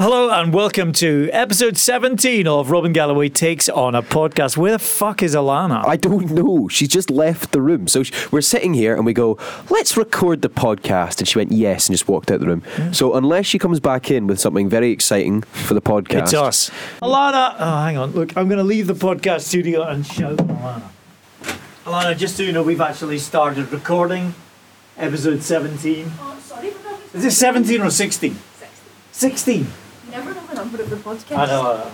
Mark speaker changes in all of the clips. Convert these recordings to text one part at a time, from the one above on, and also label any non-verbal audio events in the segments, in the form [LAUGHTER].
Speaker 1: Hello and welcome to episode 17 of Robin Galloway Takes on a Podcast. Where the fuck is Alana?
Speaker 2: I don't know. She's just left the room. So sh we're sitting here and we go, let's record the podcast. And she went, yes, and just walked out the room. So unless she comes back in with something very exciting for the podcast.
Speaker 1: it's us. Alana! Oh, hang on. Look, I'm going to leave the podcast studio and shout Alana. Alana, just so you know, we've actually started recording episode 17.
Speaker 3: Oh, sorry for that.
Speaker 1: Is it 17 or 16? 16.
Speaker 3: Never know the number of the podcast.
Speaker 1: I know. uh,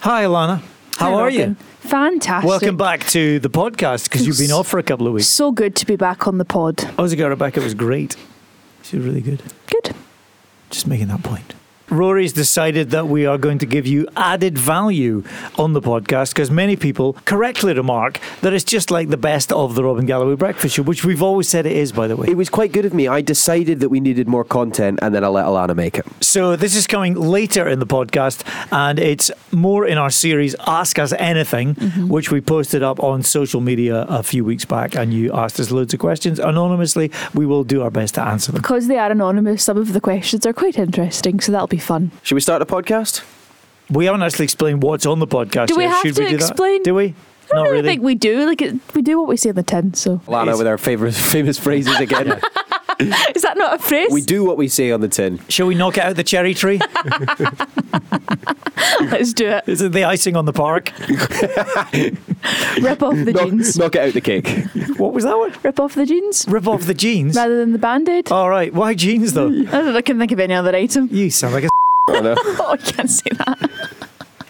Speaker 1: Hi, Alana. How
Speaker 3: Hi,
Speaker 1: are
Speaker 3: Robin.
Speaker 1: you?
Speaker 3: Fantastic.
Speaker 1: Welcome back to the podcast because you've been off for a couple of weeks.
Speaker 3: So good to be back on the pod.
Speaker 1: How's it going, Rebecca? It was great. She was really good.
Speaker 3: Good.
Speaker 1: Just making that point. Rory's decided that we are going to give you added value on the podcast because many people correctly remark that it's just like the best of the Robin Galloway Breakfast Show, which we've always said it is, by the way.
Speaker 2: It was quite good of me. I decided that we needed more content and then I let Alana make it.
Speaker 1: So this is coming later in the podcast, and it's more in our series "Ask Us Anything,"
Speaker 3: Mm-hmm.
Speaker 1: which we posted up on social media a few weeks back, and you asked us loads of questions anonymously. We will do our best to answer them.
Speaker 3: Because they are anonymous, some of the questions are quite interesting, so that'll be fun.
Speaker 2: Should we start a podcast?
Speaker 1: We haven't actually explained what's on the podcast.
Speaker 3: Do we
Speaker 1: yet.
Speaker 3: have
Speaker 1: Should we
Speaker 3: to
Speaker 1: do
Speaker 3: explain?
Speaker 1: That? Do we?
Speaker 3: I don't
Speaker 1: Not
Speaker 3: really,
Speaker 1: really.
Speaker 3: think we do. Like it, we do what we say in the tin. So
Speaker 2: Alana with our favorite, [LAUGHS] famous phrases [LAUGHS] again.
Speaker 3: is that not a phrase?
Speaker 2: we do what we say on the tin.
Speaker 1: Shall we knock out the cherry tree?
Speaker 3: Let's do it.
Speaker 1: is it the icing on the park?
Speaker 3: Rip off
Speaker 1: [LAUGHS]
Speaker 3: the
Speaker 2: Knock,
Speaker 3: jeans.
Speaker 2: knock it out the [LAUGHS] cake.
Speaker 1: What was that one?
Speaker 3: Rip off the jeans
Speaker 1: Rip off the jeans.
Speaker 3: rather than the band-aid.
Speaker 1: All right. Why jeans though?
Speaker 3: I don't know, I can think of any other item. [LAUGHS]
Speaker 1: You sound like a.
Speaker 2: Oh, no.
Speaker 3: Oh, I can't say that.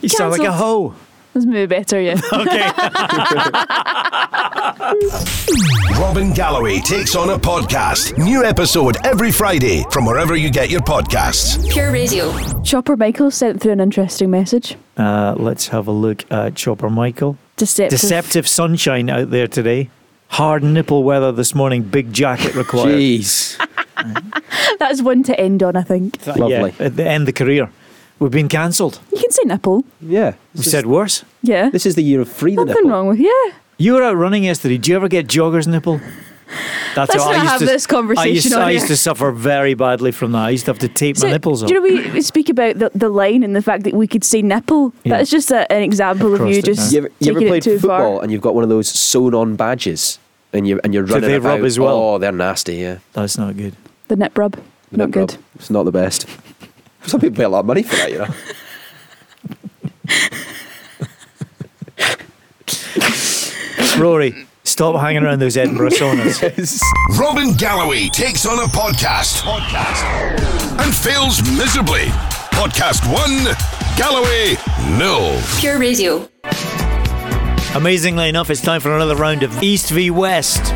Speaker 1: You sound like a hoe.
Speaker 3: That's maybe
Speaker 1: [LAUGHS]
Speaker 3: better, yeah.
Speaker 1: Okay.
Speaker 4: Robin Galloway takes on a podcast. New episode every Friday from wherever you get your podcasts.
Speaker 5: Pure Radio.
Speaker 3: Chopper Michael sent through an interesting message.
Speaker 1: uh, let's have a look at Chopper Michael.
Speaker 3: Deceptive.
Speaker 1: deceptive sunshine out there today. Hard nipple weather this morning. Big jacket required.
Speaker 2: Jeez.
Speaker 3: That's one to end on, I think.
Speaker 1: Th-
Speaker 2: Lovely.
Speaker 1: Yeah, at the end of the career. We've been cancelled.
Speaker 3: You can say nipple.
Speaker 2: Yeah.
Speaker 1: We
Speaker 2: This is,
Speaker 1: said worse.
Speaker 3: Yeah.
Speaker 2: this is the year of freedom.
Speaker 3: Nothing wrong with yeah.
Speaker 1: You were out running yesterday. Do you ever get jogger's nipple? That's
Speaker 3: Let's
Speaker 1: how I
Speaker 3: not
Speaker 1: used
Speaker 3: have
Speaker 1: to,
Speaker 3: this conversation
Speaker 1: I used,
Speaker 3: on
Speaker 1: I used to
Speaker 3: here.
Speaker 1: suffer very badly from that. I used to have to tape my nipples up.
Speaker 3: do you know we, we speak about the, the line and the fact that we could say nipple?
Speaker 1: Yeah.
Speaker 3: That's just a, an example of
Speaker 1: Crossed
Speaker 3: you
Speaker 1: it down.
Speaker 3: just
Speaker 2: You ever, you ever
Speaker 3: taking
Speaker 2: played
Speaker 3: it too
Speaker 2: football
Speaker 3: far.
Speaker 2: and you've got one of those sewn on badges and you're, and you're running
Speaker 1: they
Speaker 2: about?
Speaker 1: rub as well?
Speaker 2: Oh, they're nasty, yeah.
Speaker 1: That's not good.
Speaker 3: The nip rub, not
Speaker 2: Nip rub.
Speaker 3: good.
Speaker 2: It's not the best. [LAUGHS] Some people pay a lot of money for that, you know.
Speaker 1: Rory, stop hanging around those Edinburgh saunas.
Speaker 4: Robin Galloway takes on a podcast. Podcast. And fails miserably. Podcast one, Galloway, no.
Speaker 5: Pure Radio.
Speaker 1: Amazingly enough, it's time for another round of East v West.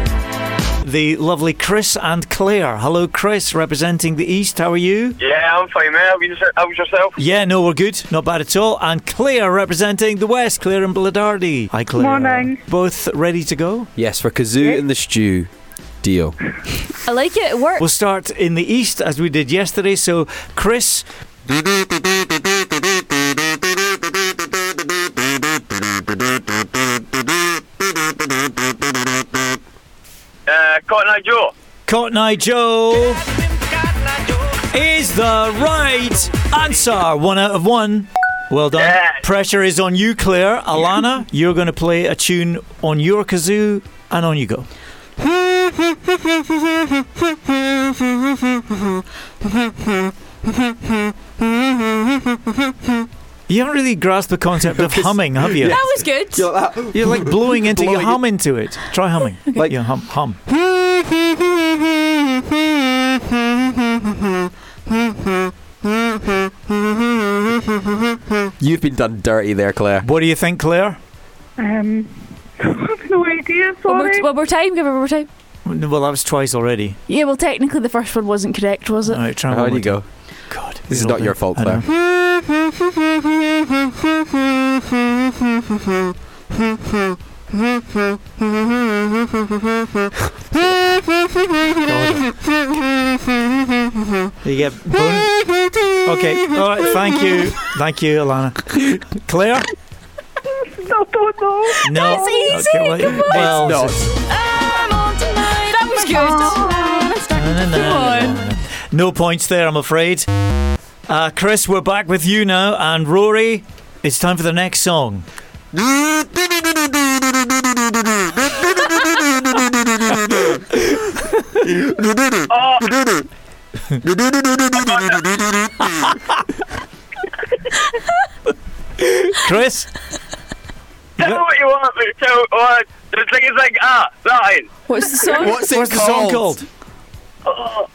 Speaker 1: The lovely Chris and Claire. Hello, Chris, representing the East. How are you?
Speaker 6: Yeah, I'm fine, mate. How was your- how was yourself?
Speaker 1: Yeah, no, we're good. Not bad at all. And Claire representing the West. Claire and Bladardy. Hi, Claire.
Speaker 7: Morning.
Speaker 1: Both ready to go?
Speaker 2: Yes, for Kazoo in the stew. Deal.
Speaker 3: I like it. It works.
Speaker 1: We'll start in the East as we did yesterday. So, Chris.
Speaker 6: Uh, Cotton Eye Joe.
Speaker 1: Cotton Eye Joe is the right answer. One out of one. Well done.
Speaker 6: Yeah.
Speaker 1: Pressure is on you, Claire. Alana, you're going to play a tune on your kazoo, and on you go. You haven't really grasped the concept of humming, have you?
Speaker 3: That was good.
Speaker 1: You're like blowing into, you
Speaker 2: Blowing
Speaker 1: hum into it. Try humming.
Speaker 2: Like-
Speaker 1: yeah, hum, hum.
Speaker 2: You've been done dirty there, Claire.
Speaker 1: What do you think, Claire?
Speaker 7: Um, no idea,
Speaker 3: One more,
Speaker 7: sorry.
Speaker 3: one more time. Give it one more time.
Speaker 1: Well, that was twice already.
Speaker 3: Yeah. Well, technically the first one wasn't correct, was it?
Speaker 1: All right, try and
Speaker 2: How
Speaker 1: one
Speaker 2: do
Speaker 1: more
Speaker 2: you go?
Speaker 1: time. God,
Speaker 2: This is
Speaker 1: you
Speaker 2: not
Speaker 1: know,
Speaker 2: your fault,
Speaker 1: I know.
Speaker 2: Claire.
Speaker 1: You get bonus. Okay, all right. Thank you, thank you, Alana. Claire?
Speaker 7: I don't know.
Speaker 1: No.
Speaker 3: That's easy,
Speaker 1: Okay, well,
Speaker 3: come on.
Speaker 1: well,
Speaker 2: No.
Speaker 3: That was
Speaker 1: No,
Speaker 3: good.
Speaker 1: no, no, no, no, no. No points there, I'm afraid. Uh, Chris, we're back with you now. And Rory, it's time for the next song. Chris,
Speaker 8: Tell me what you want, but tell oh, the thing is like ah, that is.
Speaker 3: What's the song?
Speaker 2: What's it
Speaker 1: what's the song called?
Speaker 8: Um,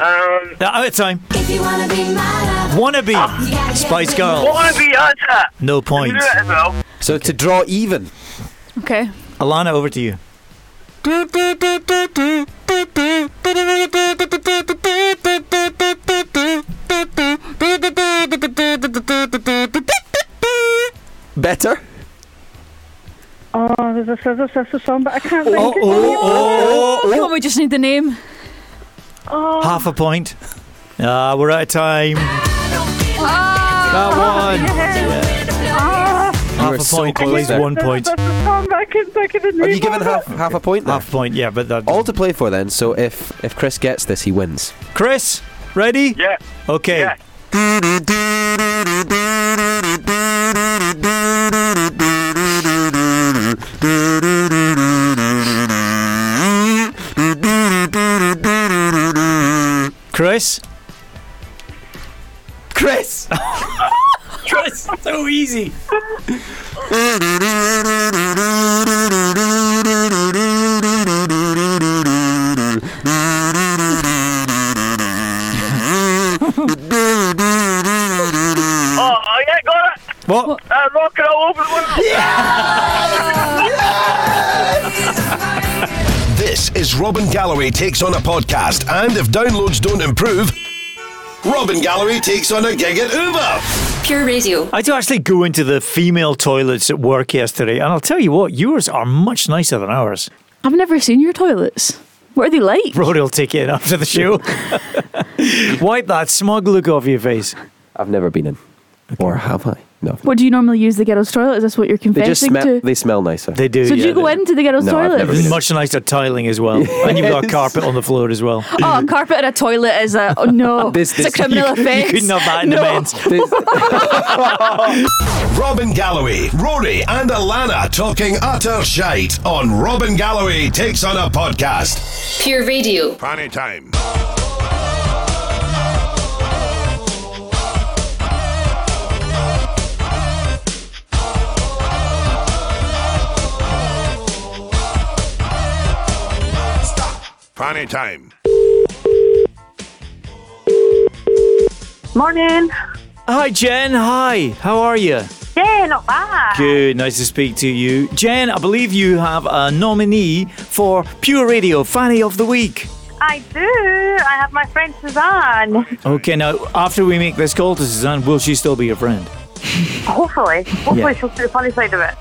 Speaker 1: Uh, Out of time.
Speaker 9: If you wanna be my love,
Speaker 1: Wannabe.
Speaker 9: you gotta get
Speaker 1: Spice
Speaker 9: with
Speaker 1: Girls.
Speaker 9: me.
Speaker 8: what wanna be answer?
Speaker 1: No
Speaker 8: Do it
Speaker 1: points.
Speaker 8: as well.
Speaker 2: So to draw even.
Speaker 3: [LAUGHS] Okay.
Speaker 1: Alana, over to you.
Speaker 2: Better.
Speaker 10: Oh, there's a Scissor Sister song, but I can't think
Speaker 1: Oh,
Speaker 10: of
Speaker 1: oh, oh,
Speaker 3: Come on, we just need the name.
Speaker 1: oh. Half a point. Ah, we're out of time. That one.
Speaker 2: Uh, You
Speaker 1: Half
Speaker 2: were
Speaker 1: a
Speaker 2: so
Speaker 1: point.
Speaker 2: close
Speaker 1: plays
Speaker 2: there.
Speaker 1: one
Speaker 10: Scissor
Speaker 1: point.
Speaker 10: Sister song, but I can't think of the name.
Speaker 2: Have you given
Speaker 10: of it.
Speaker 2: half half a point? there?
Speaker 1: Half a point, yeah, but that.
Speaker 2: All to play for then. So if if Chris gets this, he wins.
Speaker 1: Chris, ready?
Speaker 8: Yeah.
Speaker 1: Okay.
Speaker 8: Yeah.
Speaker 1: Chris? [LAUGHS]
Speaker 2: Chris.
Speaker 1: Chris, so easy.
Speaker 8: Oh, oh yeah, got it.
Speaker 1: What?
Speaker 8: Uh, rock it all over the world.
Speaker 4: This is Robin Galloway Takes On a Podcast, and if downloads don't improve, Robin Galloway takes on a gig at Uber.
Speaker 11: Pure Radio.
Speaker 1: I had to actually go into the female toilets at work yesterday, and I'll tell you what, yours are much nicer than ours.
Speaker 3: I've never seen your toilets. What are
Speaker 1: [LAUGHS]
Speaker 3: they like?
Speaker 1: Rory will take it in after the show. [LAUGHS] Wipe that smug look off your face.
Speaker 2: I've never been in, or have I? No.
Speaker 3: What do you normally use the girls' toilet? Is this what you're
Speaker 2: They just
Speaker 3: confessing
Speaker 2: smell.
Speaker 3: to?
Speaker 2: They smell nicer.
Speaker 1: They do.
Speaker 3: so do
Speaker 1: yeah,
Speaker 3: you go
Speaker 1: they-
Speaker 3: into the girls'
Speaker 2: No, I've
Speaker 3: toilet?
Speaker 2: never been in.
Speaker 1: Much nicer tiling as well, and you've got a carpet on the floor as well.
Speaker 3: Oh,
Speaker 1: [LAUGHS]
Speaker 3: a carpet in a toilet is a oh, no.
Speaker 2: This- this-
Speaker 3: it's a criminal
Speaker 1: you,
Speaker 3: offence.
Speaker 1: you couldn't have that in the
Speaker 3: No.
Speaker 1: men's.
Speaker 2: There's-
Speaker 4: Robin Galloway, Rory, and Alana talking utter shite on Robin Galloway Takes On a Podcast.
Speaker 11: Pure Radio.
Speaker 4: Funny time. Funny time.
Speaker 10: Morning.
Speaker 1: Hi, Jen. Hi. How are you?
Speaker 10: Yeah, not bad.
Speaker 1: Good. Nice to speak to you, Jen. I believe you have a nominee for Pure Radio Fanny of the Week.
Speaker 10: I do. I have my friend Suzanne.
Speaker 1: Okay, now after we make this call to Suzanne, will she still be your friend?
Speaker 10: Hopefully. Hopefully
Speaker 1: Yeah.
Speaker 10: she'll see the funny side of it.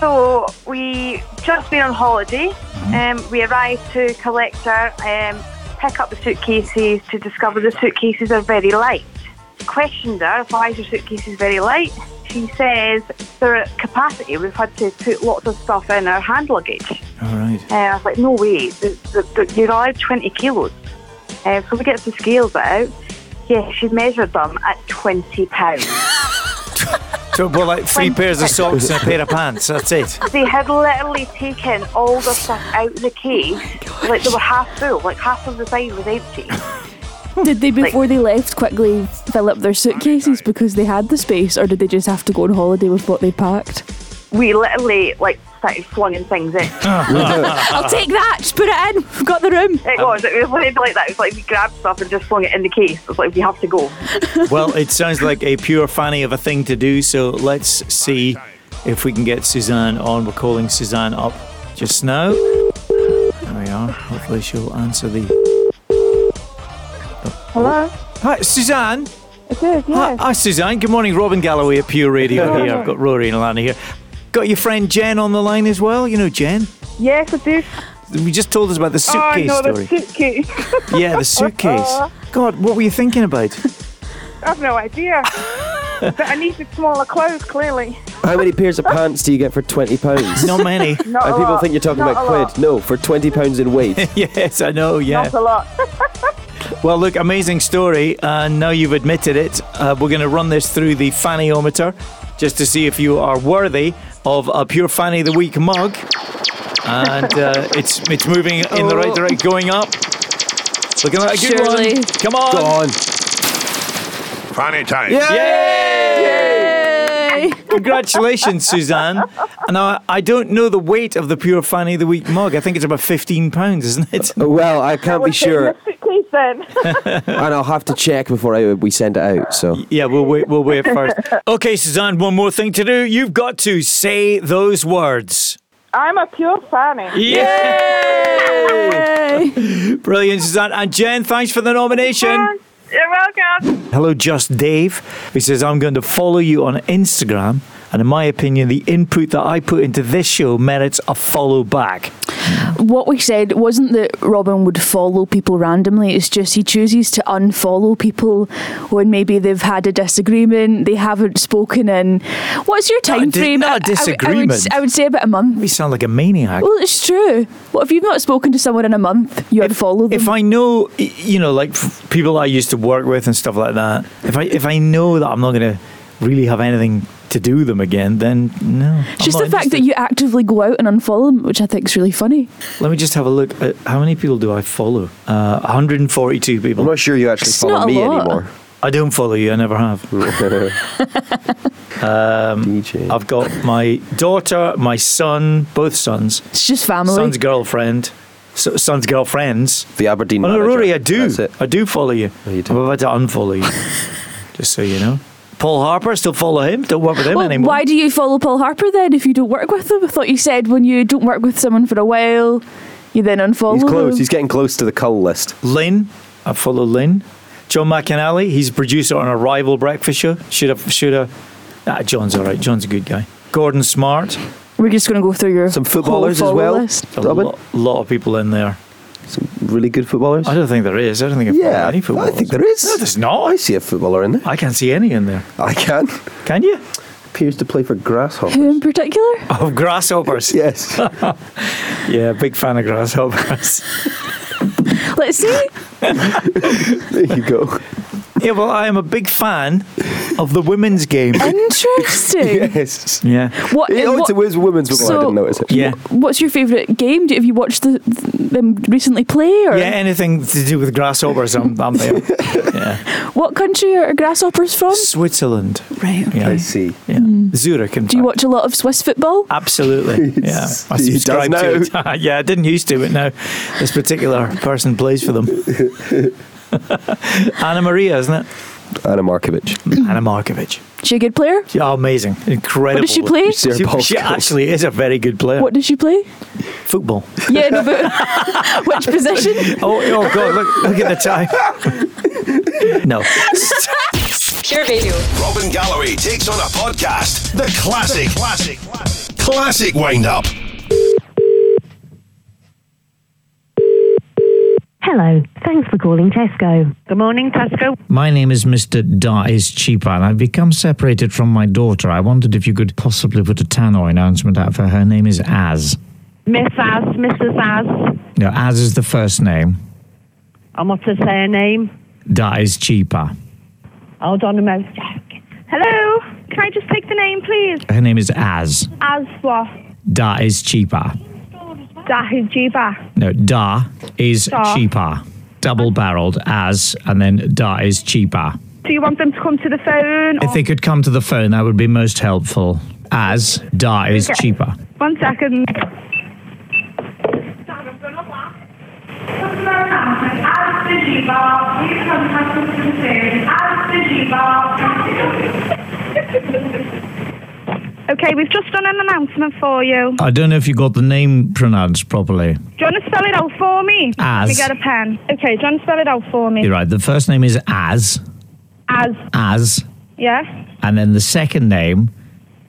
Speaker 10: So we just been on holiday.
Speaker 1: Mm-hmm.
Speaker 10: Um, we arrived to collect her, um, pick up the suitcases to discover the suitcases are very light. Questioned her, why is your suitcases very light? She says they're at capacity. We've had to put lots of stuff in our hand luggage.
Speaker 1: All right.
Speaker 10: Uh, I was like, no way, th- th- th- you're allowed 20 kilos. Uh, so we get the scales out. Yeah, she measured them at 20 pounds.
Speaker 1: So, well, like three pairs of socks and a
Speaker 3: [LAUGHS]
Speaker 1: pair of pants. That's it.
Speaker 10: They had literally taken all the stuff out of the
Speaker 12: Oh
Speaker 10: case. Like they were half full, like half of the side was empty.
Speaker 3: Did they before they left quickly fill up their suitcases because they had the space, or did they just have to go on holiday with what they packed?
Speaker 10: We literally like started flinging things in.
Speaker 2: [LAUGHS]
Speaker 1: Uh-huh.
Speaker 3: I'll take that. Just put it in. We've got the room.
Speaker 10: It was, it was literally like that. It was like we grabbed stuff and just flung it in the case. It's like we have to go.
Speaker 1: Well, it sounds like a pure fanny of a thing to do. So let's see if we can get Suzanne on. We're calling Suzanne up just now. There we are. Hopefully, she'll answer the.
Speaker 10: Hello?
Speaker 1: Hi, Suzanne.
Speaker 10: It is,
Speaker 1: Hi, hi, Suzanne. Good morning, Robin Galloway at Pure Radio here. I've got Rory and Alana here. Got your friend Jen on the line as well. You know Jen.
Speaker 10: Yes, Oh, it is.
Speaker 1: We just told us about the suitcase story.
Speaker 10: suitcase.
Speaker 1: yeah, the
Speaker 10: [LAUGHS]
Speaker 1: suitcase. God, what were you thinking about?
Speaker 10: I've no idea. but I needed smaller clothes, clearly.
Speaker 2: How many pairs of pants do you get for twenty pounds?
Speaker 1: Not many. [LAUGHS]
Speaker 10: Not
Speaker 2: And people [LAUGHS] think you're talking about quid. No, for twenty pounds in weight.
Speaker 1: yes, I know. Yeah.
Speaker 10: a lot.
Speaker 1: Well, look, amazing story. And now you've admitted it. Uh, we're going to run this through the fannyometer just to see if you are worthy of a Pure Fanny of the Week mug. And uh, [LAUGHS] it's it's moving in the right
Speaker 3: Oh.
Speaker 1: direction, going up. Looking like a good
Speaker 3: Surely.
Speaker 1: one. Come on.
Speaker 2: Go on.
Speaker 4: Fanny time.
Speaker 3: Yay!
Speaker 1: Congratulations, Suzanne. And I, I don't know the weight of the Pure Fanny of the Week mug. I think it's about 15 pounds, isn't it?
Speaker 2: Oh, Well, I can't be sure,
Speaker 7: Your suitcase then.
Speaker 2: and I'll have to check before I, we send it out. So
Speaker 1: Yeah, we'll wait. We'll wait first.
Speaker 3: [LAUGHS]
Speaker 1: Okay, Suzanne. One more thing to do. You've got to say those words.
Speaker 7: I'm a pure fanny.
Speaker 3: Yay!
Speaker 1: Brilliant, Suzanne and Jen. Thanks for the nomination.
Speaker 7: You're welcome.
Speaker 1: Hello, just Dave. He says I'm going to follow you on Instagram. And in my opinion, the input that I put into this show merits a follow back.
Speaker 3: What we said wasn't that Robin would follow people randomly, it's just he chooses to unfollow people when maybe they've had a disagreement, they haven't spoken in. What's your
Speaker 1: Not a
Speaker 3: time
Speaker 1: di-
Speaker 3: frame?
Speaker 1: not a
Speaker 3: I- I would- I, would,
Speaker 1: disagreement.
Speaker 3: s- I would say about a month.
Speaker 1: You sound like a maniac.
Speaker 3: Well, it's true. What if you've not spoken to someone in a month? You unfollow them.
Speaker 1: If I know, y- you know, like f- people I used to work with and stuff like that, if I if I know that I'm not going to really have anything to do with them again, then no.
Speaker 3: It's just the fact that you actively go out and unfollow them, which I think is really funny.
Speaker 1: Let me just have a look at how many people do I follow? Uh, 142 people.
Speaker 2: I'm not sure you actually
Speaker 3: It's
Speaker 2: follow
Speaker 3: not a
Speaker 2: me
Speaker 3: lot.
Speaker 2: anymore.
Speaker 1: I don't follow you. I never have.
Speaker 2: [LAUGHS] DJ.
Speaker 1: I've got my daughter, my son, both sons,
Speaker 3: It's just family.
Speaker 1: son's girlfriend, so, son's girlfriends.
Speaker 2: the Aberdeen.
Speaker 1: Oh no,
Speaker 2: manager.
Speaker 1: Rory, I do.
Speaker 2: That's it.
Speaker 1: I do follow you.
Speaker 2: Oh, you do.
Speaker 1: I'm about to unfollow you,
Speaker 2: [LAUGHS]
Speaker 1: just so you know. Paul Harper, still follow him. Don't work with him
Speaker 3: well,
Speaker 1: anymore.
Speaker 3: why do you follow Paul Harper then if you don't work with them? I thought you said when you don't work with someone for a while, you then unfollow
Speaker 2: He's close.
Speaker 3: them.
Speaker 2: He's getting close to the cull list.
Speaker 1: Lynn, I follow Lynn. John McAnally, he's a producer on a rival breakfast show. Should have, should have. Ah, John's all right. John's a good guy. Gordon Smart,
Speaker 3: We're just going to go through your
Speaker 2: Some footballers
Speaker 3: whole
Speaker 2: as
Speaker 3: follow
Speaker 2: well.
Speaker 3: list.
Speaker 1: a
Speaker 2: Robin?
Speaker 1: lot, lot of people in there.
Speaker 2: Some really good footballers.
Speaker 1: I don't think there is. I don't think I've
Speaker 2: yeah,
Speaker 1: found any footballers.
Speaker 2: I think there is.
Speaker 1: No, there's
Speaker 2: I
Speaker 1: not.
Speaker 2: see a footballer in there.
Speaker 1: I can't see any in there.
Speaker 2: I can.
Speaker 1: Can you?
Speaker 2: Appears to play for
Speaker 3: Who
Speaker 2: Grasshopper.
Speaker 3: in particular?
Speaker 1: [LAUGHS] Of grasshoppers.
Speaker 2: [LAUGHS] yes.
Speaker 1: Yeah, big fan of grasshoppers.
Speaker 2: [LAUGHS]
Speaker 3: Let's see.
Speaker 2: there you
Speaker 3: [LAUGHS]
Speaker 2: go.
Speaker 1: [LAUGHS] yeah, well, I am a big fan of the women's game.
Speaker 3: Interesting.
Speaker 1: [LAUGHS]
Speaker 2: Yes.
Speaker 1: Yeah.
Speaker 3: What,
Speaker 2: Yeah,
Speaker 3: what-
Speaker 2: it's a women's women's football. I
Speaker 3: So-
Speaker 2: didn't notice it.
Speaker 1: Yeah.
Speaker 3: what's your favourite game? Do, have you watched the, them recently play? Or
Speaker 1: Yeah, anything to do with grasshoppers, I'm, I'm there. Yeah.
Speaker 3: What country are grasshoppers
Speaker 1: [LAUGHS]
Speaker 3: from?
Speaker 1: Switzerland.
Speaker 3: Right.
Speaker 1: Yeah.
Speaker 2: I see.
Speaker 1: Yeah. Zurich, in
Speaker 3: Do you
Speaker 1: fact.
Speaker 3: watch a lot of Swiss
Speaker 1: Uh,
Speaker 3: football?
Speaker 1: [LAUGHS] Absolutely. Yeah. I
Speaker 2: He does
Speaker 1: subscribe to it. [LAUGHS] yeah, I didn't used to, but now this particular person plays for [LAUGHS] them. Anna Maria, isn't it?
Speaker 2: Anna Markovic.
Speaker 1: [CLEARS THROAT] Anna Markovic.
Speaker 3: She a good player?
Speaker 1: Yeah, amazing. Incredible.
Speaker 3: What does she play?
Speaker 2: Sarah
Speaker 1: She,
Speaker 2: Paul
Speaker 1: she
Speaker 2: Scholes.
Speaker 1: [LAUGHS] actually is a very good player.
Speaker 3: What does
Speaker 1: [LAUGHS]
Speaker 3: she play?
Speaker 1: Football.
Speaker 3: Yeah, no, but [LAUGHS] which position?
Speaker 1: Oh, oh God, look, look at the time. [LAUGHS] no.
Speaker 9: Pure Radio.
Speaker 4: Robin Galloway takes on a podcast. The classic, classic, classic, classic wind up.
Speaker 12: Hello. Thanks for calling Tesco.
Speaker 13: Good morning, Tesco.
Speaker 1: My name is Mr. Da is cheaper, and I've become separated from my daughter. I wondered if you could possibly put a Tannoy announcement out for her. name is Az.
Speaker 13: Miss As, Mrs. As.
Speaker 1: No, Az is the first name.
Speaker 13: And what's her surname?
Speaker 1: Da is cheaper.
Speaker 13: Hold on a minute. Hello. Can I just take the name, please?
Speaker 1: Her name is Az.
Speaker 13: As what?
Speaker 1: Da is cheaper.
Speaker 13: Dahijiba.
Speaker 1: No, Da is
Speaker 13: Da.
Speaker 1: cheaper. Double barreled as, and then Da is cheaper.
Speaker 13: Do you want them to come to the phone?
Speaker 1: If they could come to the phone, that would be most helpful. As Da is cheaper.
Speaker 13: One second. Okay, we've just done an announcement for you.
Speaker 1: I don't know if you got the name pronounced properly.
Speaker 13: Do you want to spell it out for me?
Speaker 1: As.
Speaker 13: Let me get a pen. Okay, do you want to spell it out for me?
Speaker 1: You're right. The first name is As,
Speaker 13: As.
Speaker 1: As,
Speaker 13: Yeah.
Speaker 1: and then the second name,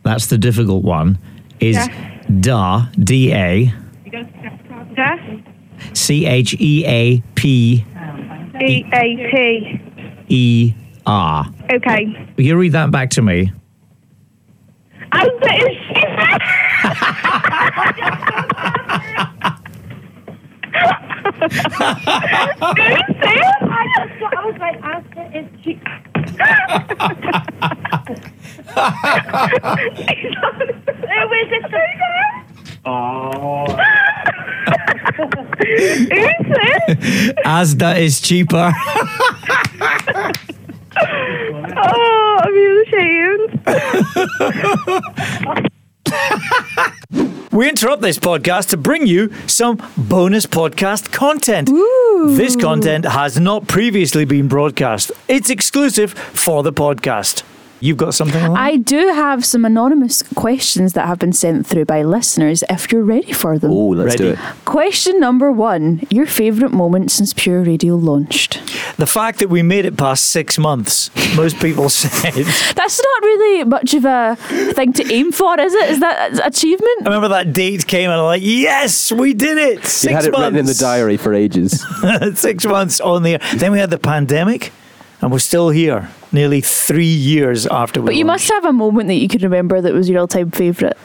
Speaker 1: that's the difficult one, is
Speaker 13: Yeah.
Speaker 1: Da, D A,
Speaker 13: Yeah.
Speaker 1: C H E A P
Speaker 13: E A T.
Speaker 1: E R.
Speaker 13: Okay.
Speaker 1: Will you read that back to me?
Speaker 13: As it is cheaper. I just thought I was like asking if she. it was just
Speaker 14: Oh.
Speaker 1: Asda is cheaper. [LAUGHS]
Speaker 13: Oh, I'm ashamed.
Speaker 1: We interrupt this podcast to bring you some bonus podcast content. This content has not previously been broadcast. It's exclusive for the podcast. You've got something on that?
Speaker 3: I do have some anonymous questions that have been sent through by listeners if you're ready for them.
Speaker 2: Oh, let's do it.
Speaker 3: Question number one Your favourite moment since Pure Radio launched?
Speaker 1: The fact that we made it past six months, most people [LAUGHS] said.
Speaker 3: That's not really much of a thing to aim for, is it? Is that an achievement?
Speaker 1: I remember that date came and I'm like, yes, we did it. Six
Speaker 2: you had it
Speaker 1: months.
Speaker 2: written in the diary for ages.
Speaker 1: [LAUGHS] Six months on the air. Then we had the pandemic, and we're still here nearly three years after we
Speaker 3: But you must have a moment that you can remember that was your all time favourite.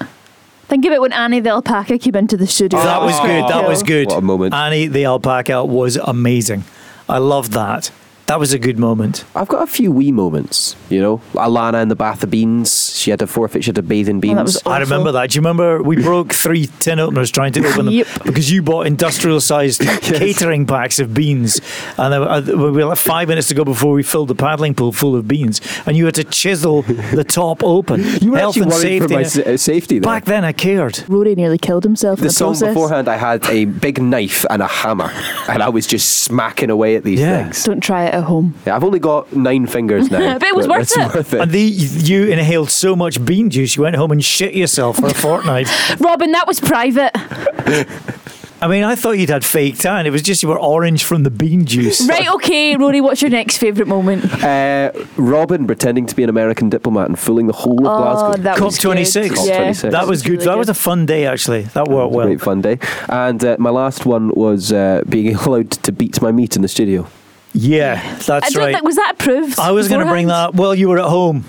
Speaker 3: Think about when Annie the alpaca came into the studio.
Speaker 1: Oh, That was good. That was good.
Speaker 2: What a moment.
Speaker 1: Annie the alpaca was amazing. I loved that. That was a good moment.
Speaker 2: [LAUGHS] I've got a few wee moments, you know. Alana in the bath of beans. She had to forfeit. She had to bathe in beans.
Speaker 3: Oh, that was
Speaker 1: I remember that. Do you remember we broke three tin openers trying to open them
Speaker 3: Yep.
Speaker 1: because you bought industrial
Speaker 2: [LAUGHS]
Speaker 1: sized catering packs of beans, and there were- uh, we were like five minutes to go before we filled the paddling pool full of beans, and you had to chisel the top open.
Speaker 2: [LAUGHS] You were
Speaker 1: Health
Speaker 2: actually
Speaker 1: and
Speaker 2: worried
Speaker 1: safety.
Speaker 2: for my sa- uh, safety. There.
Speaker 1: Back then, I cared.
Speaker 3: Rory nearly killed himself in
Speaker 2: the
Speaker 3: the
Speaker 2: song
Speaker 3: process.
Speaker 2: beforehand, I had
Speaker 3: [LAUGHS]
Speaker 2: a big knife and a hammer, and I was just smacking away at these
Speaker 1: Yeah.
Speaker 2: things.
Speaker 3: Don't try it at home.
Speaker 2: Yeah, I've only got nine fingers now.
Speaker 3: [LAUGHS] But it was worth
Speaker 2: it's
Speaker 3: it.
Speaker 2: worth it.
Speaker 1: And the, you inhaled so much bean juice, you went home and shit yourself for a fortnight.
Speaker 3: Robin, that was private.
Speaker 1: I mean, I thought you'd had fake tan. It was just you were orange from the bean juice.
Speaker 3: Right, okay, Rory, what's your next favourite moment?
Speaker 2: Uh, Robin pretending to be an American diplomat and fooling the whole of
Speaker 3: Oh,
Speaker 2: Glasgow.
Speaker 3: that
Speaker 1: COP
Speaker 3: was good.
Speaker 1: 26.
Speaker 3: Yeah.
Speaker 2: COP26.
Speaker 1: That was good.
Speaker 3: Really
Speaker 1: that
Speaker 3: good.
Speaker 1: was a fun day, actually. That worked
Speaker 2: It was a
Speaker 1: well.
Speaker 2: Great fun day. And uh, my last one was uh, being [LAUGHS] allowed to beat my meat in the studio.
Speaker 1: Yeah,
Speaker 3: I
Speaker 1: that's
Speaker 3: don't
Speaker 1: right.
Speaker 3: think was that approved.
Speaker 1: I was going to bring
Speaker 3: beforehand?
Speaker 1: that. Well, you were at home.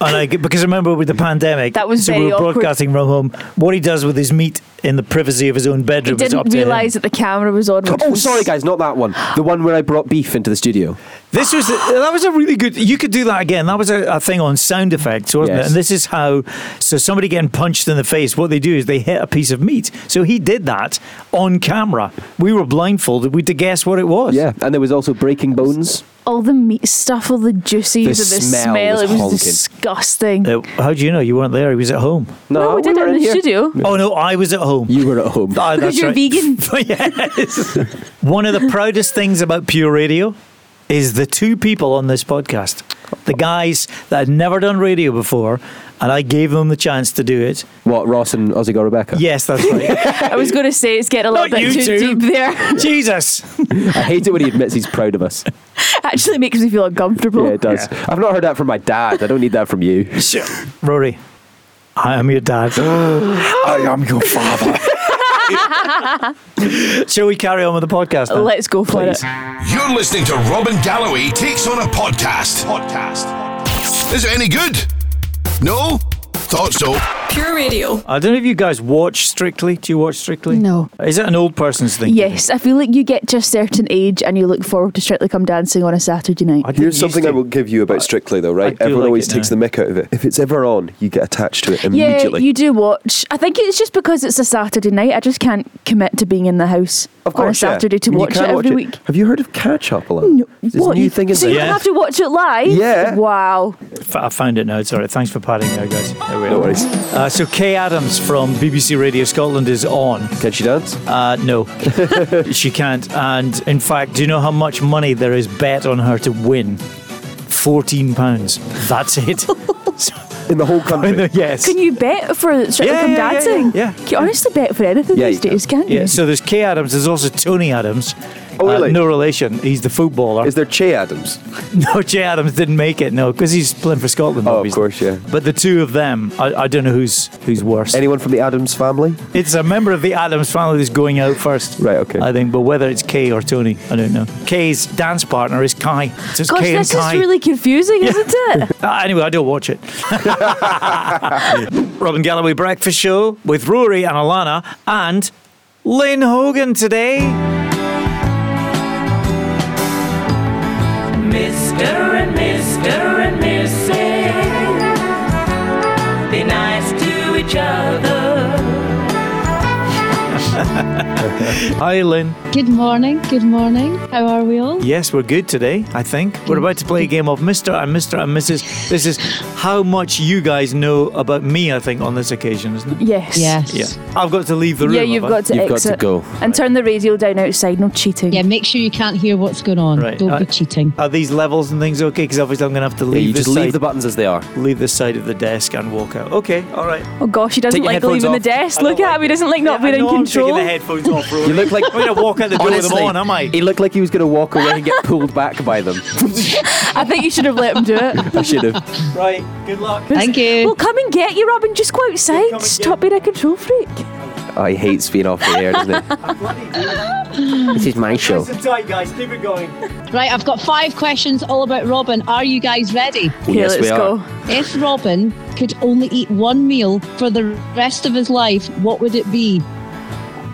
Speaker 1: And I, because remember with the pandemic,
Speaker 3: That was
Speaker 1: so
Speaker 3: very
Speaker 1: we were
Speaker 3: awkward.
Speaker 1: broadcasting from home. What he does with his meat in the privacy of his own bedroom is up
Speaker 3: didn't
Speaker 1: to him.
Speaker 3: realise that the camera was on. which
Speaker 2: Oh,
Speaker 3: was-
Speaker 2: sorry, guys, not that one. The one where I brought beef into the studio.
Speaker 1: This was that was a really good. You could do that again. That was a, a thing on sound effects, wasn't it?
Speaker 2: Yes.
Speaker 1: And this is how. So somebody getting punched in the face. What they do is they hit a piece of meat. So he did that on camera. We were blindfolded. We had to guess what it was.
Speaker 2: Yeah, and there was also breaking bones.
Speaker 3: All the meat stuff, all the juices,
Speaker 2: The
Speaker 3: and the
Speaker 2: smell was
Speaker 3: smell. it was
Speaker 2: honking.
Speaker 3: disgusting.
Speaker 1: Uh, how do you know you weren't there? He was at home.
Speaker 3: No, we did it
Speaker 2: were
Speaker 3: in the
Speaker 2: here.
Speaker 3: studio.
Speaker 1: Oh no, I was at home.
Speaker 2: You were at
Speaker 3: [LAUGHS]
Speaker 2: home. [LAUGHS]
Speaker 1: Ah,
Speaker 3: Because
Speaker 1: that's
Speaker 3: you're
Speaker 1: right.
Speaker 3: vegan.
Speaker 1: [LAUGHS] yes. One of the proudest things about Pure Radio is the two people on this podcast, the guys that had never done radio before, and I gave them the chance to do it.
Speaker 2: What, Ross and Ozzy got Rebecca?
Speaker 1: Yes, that's right.
Speaker 3: I was going to say it's getting a little
Speaker 1: Not
Speaker 3: bit
Speaker 1: you two.
Speaker 3: too deep there. [LAUGHS]
Speaker 1: Jesus.
Speaker 2: I hate it when he admits he's proud of us.
Speaker 3: Actually, makes me feel uncomfortable.
Speaker 2: Yeah, it does.
Speaker 1: Yeah.
Speaker 2: I've not heard that from my dad. I don't need that from you.
Speaker 1: Sure. Rory, I am your dad.
Speaker 2: [GASPS] I am your father.
Speaker 1: [LAUGHS] Shall we carry on with the podcast? then?
Speaker 3: Let's go for
Speaker 2: Please.
Speaker 3: it.
Speaker 4: You're listening to Robin Galloway takes on a podcast. Podcast. Is it any good? No? Thought so.
Speaker 9: Pure Radio.
Speaker 1: I don't know if you guys watch Strictly. Do you watch Strictly?
Speaker 3: No.
Speaker 1: Is it an old person's thing?
Speaker 3: Yes, I feel like you get to a certain age and you look forward to Strictly Come Dancing on a Saturday night.
Speaker 1: I didn't
Speaker 2: [LAUGHS]
Speaker 1: used
Speaker 2: Here's something
Speaker 1: to.
Speaker 2: I will give you about Strictly, though,
Speaker 1: I
Speaker 2: right?
Speaker 1: do
Speaker 2: Everyone
Speaker 1: like
Speaker 2: always
Speaker 1: it
Speaker 2: takes
Speaker 1: now.
Speaker 2: the mick out of it. If it's ever on, you get attached to it
Speaker 3: yeah,
Speaker 2: immediately.
Speaker 3: you do watch. I think it's just because it's a Saturday night. I just can't commit to being in the house
Speaker 2: of course,
Speaker 3: on a
Speaker 2: yeah.
Speaker 3: Saturday to
Speaker 2: You
Speaker 3: watch it
Speaker 2: can
Speaker 3: every week.
Speaker 2: Have you heard of catch up a lot?
Speaker 3: No,
Speaker 2: This new
Speaker 3: you-
Speaker 2: thing is
Speaker 3: so you
Speaker 1: Yeah.
Speaker 3: don't have to watch it live.
Speaker 2: Yeah.
Speaker 3: Wow.
Speaker 1: F- I found it now. It's all right. Thanks for padding now, guys. There we are.
Speaker 2: No worries.
Speaker 1: Uh, so Kay Adams from BBC Radio Scotland is on.
Speaker 2: Can she dance?
Speaker 1: Uh,
Speaker 2: [LAUGHS]
Speaker 1: no, she can't. And in fact, do you know how much money there is bet on her to win? Fourteen pounds. That's it.
Speaker 2: [LAUGHS]
Speaker 1: [LAUGHS] So-
Speaker 2: In the whole country.
Speaker 1: yes.
Speaker 3: Can you bet for Strictly
Speaker 1: Yeah,
Speaker 3: Come
Speaker 1: yeah, yeah, yeah,
Speaker 3: Dancing?
Speaker 1: yeah.
Speaker 3: Can you honestly bet for anything
Speaker 2: Yeah,
Speaker 3: these
Speaker 2: you
Speaker 3: days, can. not you?
Speaker 1: yeah. So there's Kay Adams. There's also Tony Adams. Uh,
Speaker 2: Oh, really?
Speaker 1: no relation. He's the footballer.
Speaker 2: Is there Che Adams?
Speaker 1: [LAUGHS] No, Jay Adams didn't make it. No, because he's playing for Scotland.
Speaker 2: Oh, of
Speaker 1: obviously.
Speaker 2: course, yeah.
Speaker 1: But the two of them, I, I don't know who's who's worse.
Speaker 2: Anyone from the Adams family?
Speaker 1: It's a member of the Adams family who's going out first.
Speaker 2: Right, okay.
Speaker 1: I think, but whether it's Kay or Tony, I don't know. Kay's dance partner is Kai. So it's
Speaker 3: Gosh,
Speaker 1: Kay
Speaker 3: this
Speaker 1: and
Speaker 3: is
Speaker 1: Kai.
Speaker 3: really confusing, isn't it?
Speaker 1: Uh, anyway, I don't watch it. Robin Galloway Breakfast Show with Rory and Alana and Lynn Hogan today.
Speaker 14: Mr. and Mr. and Mrs. Be nice to each other.
Speaker 1: [LAUGHS] Hi, Lynn.
Speaker 10: Good morning. Good morning. How are we all?
Speaker 1: Yes, we're good today, I think. We're about to play a game of Mr. and Mr. and Mrs. This is how much you guys know about me, I think, on this occasion, isn't it?
Speaker 3: Yes. Yes.
Speaker 1: Yeah. I've got to leave the room.
Speaker 3: yeah, you've
Speaker 1: have I?
Speaker 3: got to exit and turn the radio down outside. No cheating. Yeah,
Speaker 10: make sure you can't hear what's going on.
Speaker 1: Right.
Speaker 10: Don't
Speaker 1: Uh,
Speaker 10: be cheating.
Speaker 1: Are these levels and things okay? Because obviously I'm going to have to leave
Speaker 2: you
Speaker 1: this
Speaker 2: just leave
Speaker 1: side-
Speaker 2: the buttons as they are.
Speaker 1: Leave this side of the desk and walk out. Okay, all right.
Speaker 3: Oh gosh, he doesn't
Speaker 1: Take your
Speaker 3: like leaving
Speaker 1: headphones
Speaker 3: the
Speaker 1: off.
Speaker 3: desk. Look at him. He doesn't like not being in
Speaker 1: I'm taking
Speaker 3: control.
Speaker 1: the headphones off, Rory.
Speaker 2: [LAUGHS] You look like
Speaker 1: I'm going to walk out the door with them
Speaker 2: Honestly,
Speaker 1: on, am I?
Speaker 2: He looked like he was going to walk away and get pulled back by them.
Speaker 3: I think you should have let him do it.
Speaker 2: I should have.
Speaker 1: Right. Good luck.
Speaker 3: Thank you. Well, come and get you, Robin. Just go outside. Stop being a control freak.
Speaker 2: Oh, he hates being off the air, doesn't he? This is my show.
Speaker 1: Listen tight, guys. Keep it going.
Speaker 10: Right, I've got five questions all about Robin. Are you guys ready?
Speaker 2: Okay, Yes, let's we are. go.
Speaker 10: If Robin could only eat one meal for the rest of his life, what would it be?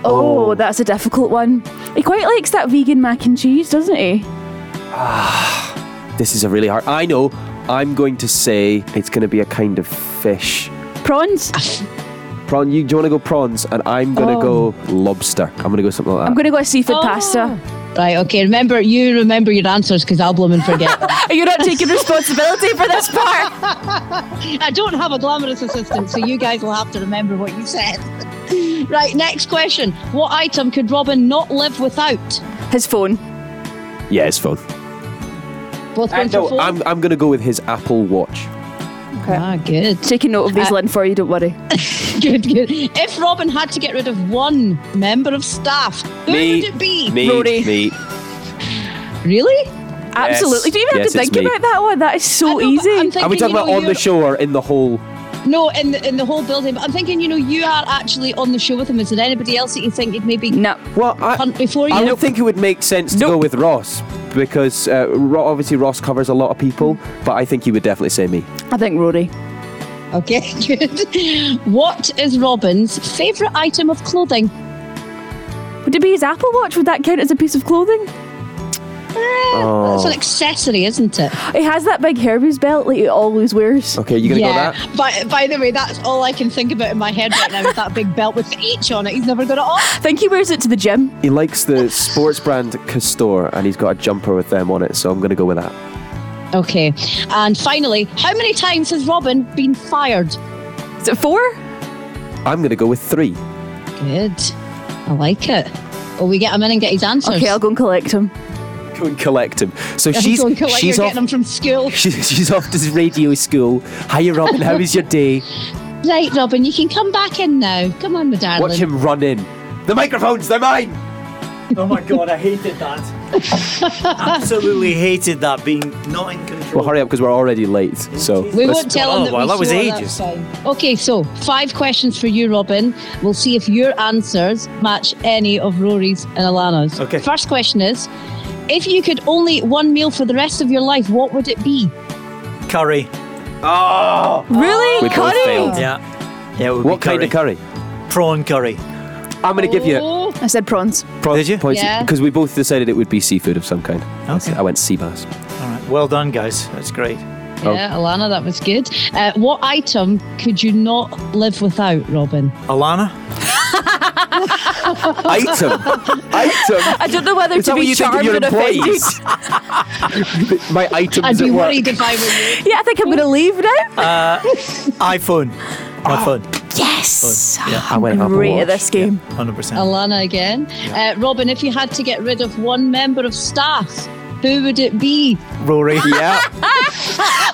Speaker 3: Oh, that's a difficult one. He quite likes that vegan mac and cheese, doesn't he?
Speaker 2: This is a really hard. I know. I'm going to say it's going to be a kind of fish.
Speaker 3: Prawns.
Speaker 2: Prawn. You, do you want to go prawns? And I'm going to
Speaker 10: Oh.
Speaker 2: go lobster. I'm going to go something like that.
Speaker 3: I'm going to go seafood
Speaker 2: Oh.
Speaker 3: pasta.
Speaker 10: Right, okay, remember, you remember your answers because I'll bloom and forget.
Speaker 3: You're not taking responsibility for this part.
Speaker 10: I don't have a glamorous assistant, so you guys will have to remember what you said. [LAUGHS] Right, next question. What item could Robin not live without?
Speaker 3: His phone.
Speaker 2: Yeah, it's fun.
Speaker 10: Both going for
Speaker 2: no,
Speaker 10: phone?
Speaker 2: I'm, I'm going to go with his Apple Watch.
Speaker 3: Okay.
Speaker 10: Ah, good. [LAUGHS]
Speaker 3: Taking note of
Speaker 2: Uh,
Speaker 3: these, Lynn, for you. Don't worry.
Speaker 10: good, good. If Robin had to get rid of one member of staff, who
Speaker 2: me,
Speaker 10: would it be?
Speaker 2: me,
Speaker 10: Rory.
Speaker 2: me.
Speaker 10: Really?
Speaker 3: Absolutely. Do you even
Speaker 2: Yes,
Speaker 3: have to
Speaker 2: it's
Speaker 3: think
Speaker 2: me.
Speaker 3: about that one? That is so easy.
Speaker 2: Are we talking about on the show or in the whole?
Speaker 10: No, in the in the whole building. But I'm thinking, you know, you are actually on the show with him. Is there anybody else that you think you'd maybe
Speaker 3: no.
Speaker 2: Well, I,
Speaker 10: hunt before you?
Speaker 2: I would think it would make sense to go with Ross because uh, Ro- obviously Ross covers a lot of people, but I think he would definitely say me.
Speaker 3: I think Rory.
Speaker 10: Okay, [LAUGHS] good. What is Robin's favourite item of clothing?
Speaker 3: Would it be his Apple Watch? Would that count as a piece of clothing?
Speaker 10: Oh. That's an accessory, isn't it?
Speaker 3: It has that big Hermes belt like he always wears.
Speaker 2: Okay, you
Speaker 10: yeah. By, by the way, that's all I can think about in my head right now is that big belt with the H on it. He's never got it off.
Speaker 3: I think he wears it to the gym.
Speaker 2: He likes the sports brand Castor, and he's got a jumper with them on it, so I'm going to go with that.
Speaker 10: Okay. And finally, how many times has Robin been fired?
Speaker 3: Is it four?
Speaker 2: I'm going to go with three.
Speaker 10: Good. I like it. Well, we get him in and get his answers.
Speaker 3: Okay, I'll go and collect him.
Speaker 2: Go and collect him. So
Speaker 10: Go
Speaker 2: she's
Speaker 10: and collect-
Speaker 2: she's
Speaker 10: you're
Speaker 2: off.
Speaker 10: getting him from
Speaker 2: [LAUGHS]
Speaker 10: school.
Speaker 2: She's, she's off to radio school. Hiya, Robin. How was your
Speaker 10: [LAUGHS]
Speaker 2: day?
Speaker 10: Right, Robin, you can come back in now. Come on, my darling.
Speaker 2: Watch him run in. The microphones, they're mine.
Speaker 1: Oh my god, I hated that. Absolutely hated that being not in control.
Speaker 2: Well, hurry up because we're already late. So
Speaker 10: We
Speaker 2: Let's-
Speaker 10: won't tell him that
Speaker 1: oh, well,
Speaker 10: we
Speaker 1: that was
Speaker 10: saw
Speaker 1: ages.
Speaker 10: That sign. okay, so five questions for you, Robin. We'll see if your answers match any of Rory's and Alana's.
Speaker 1: Okay.
Speaker 10: First question is, if you could only eat one meal for the rest of your life, what would it be?
Speaker 1: Curry. Oh!
Speaker 2: We
Speaker 3: Really?
Speaker 2: both
Speaker 3: Curry?
Speaker 2: failed.
Speaker 1: Yeah. Yeah, it would
Speaker 2: What
Speaker 1: be
Speaker 2: kind of curry?
Speaker 1: Prawn curry.
Speaker 2: I'm going to give you
Speaker 10: Oh,
Speaker 3: I said prawns.
Speaker 1: Did you?
Speaker 2: points
Speaker 10: Yeah.
Speaker 2: because we both decided it would be seafood of some kind.
Speaker 1: Okay.
Speaker 2: I went sea
Speaker 3: [LAUGHS]
Speaker 2: bass.
Speaker 1: All right. Well done, guys. That's great. Oh.
Speaker 10: yeah, Alana, that was good. Uh, what item could you not live without, Robin?
Speaker 1: Alana?
Speaker 2: Item, item.
Speaker 3: I don't know whether
Speaker 2: Is
Speaker 3: to
Speaker 2: that what
Speaker 3: be
Speaker 2: you think of
Speaker 3: charmed
Speaker 2: your
Speaker 3: and offended.
Speaker 2: employees? [LAUGHS] My
Speaker 10: I'd
Speaker 2: items
Speaker 10: be
Speaker 2: at work.
Speaker 10: worried if I were
Speaker 1: [LAUGHS]
Speaker 3: [LAUGHS]
Speaker 10: you.
Speaker 3: Yeah, I think I'm going [LAUGHS] to leave now.
Speaker 2: Uh,
Speaker 1: iPhone.
Speaker 2: Ah.
Speaker 1: My phone.
Speaker 3: yes.
Speaker 2: I oh, went Apple
Speaker 3: Great at
Speaker 2: Watch.
Speaker 3: this game.
Speaker 1: 100%.
Speaker 10: Alana again. Uh, Robin, if you had to get rid of one member of staff, who would it be?
Speaker 1: Rory.
Speaker 2: [LAUGHS] Yeah.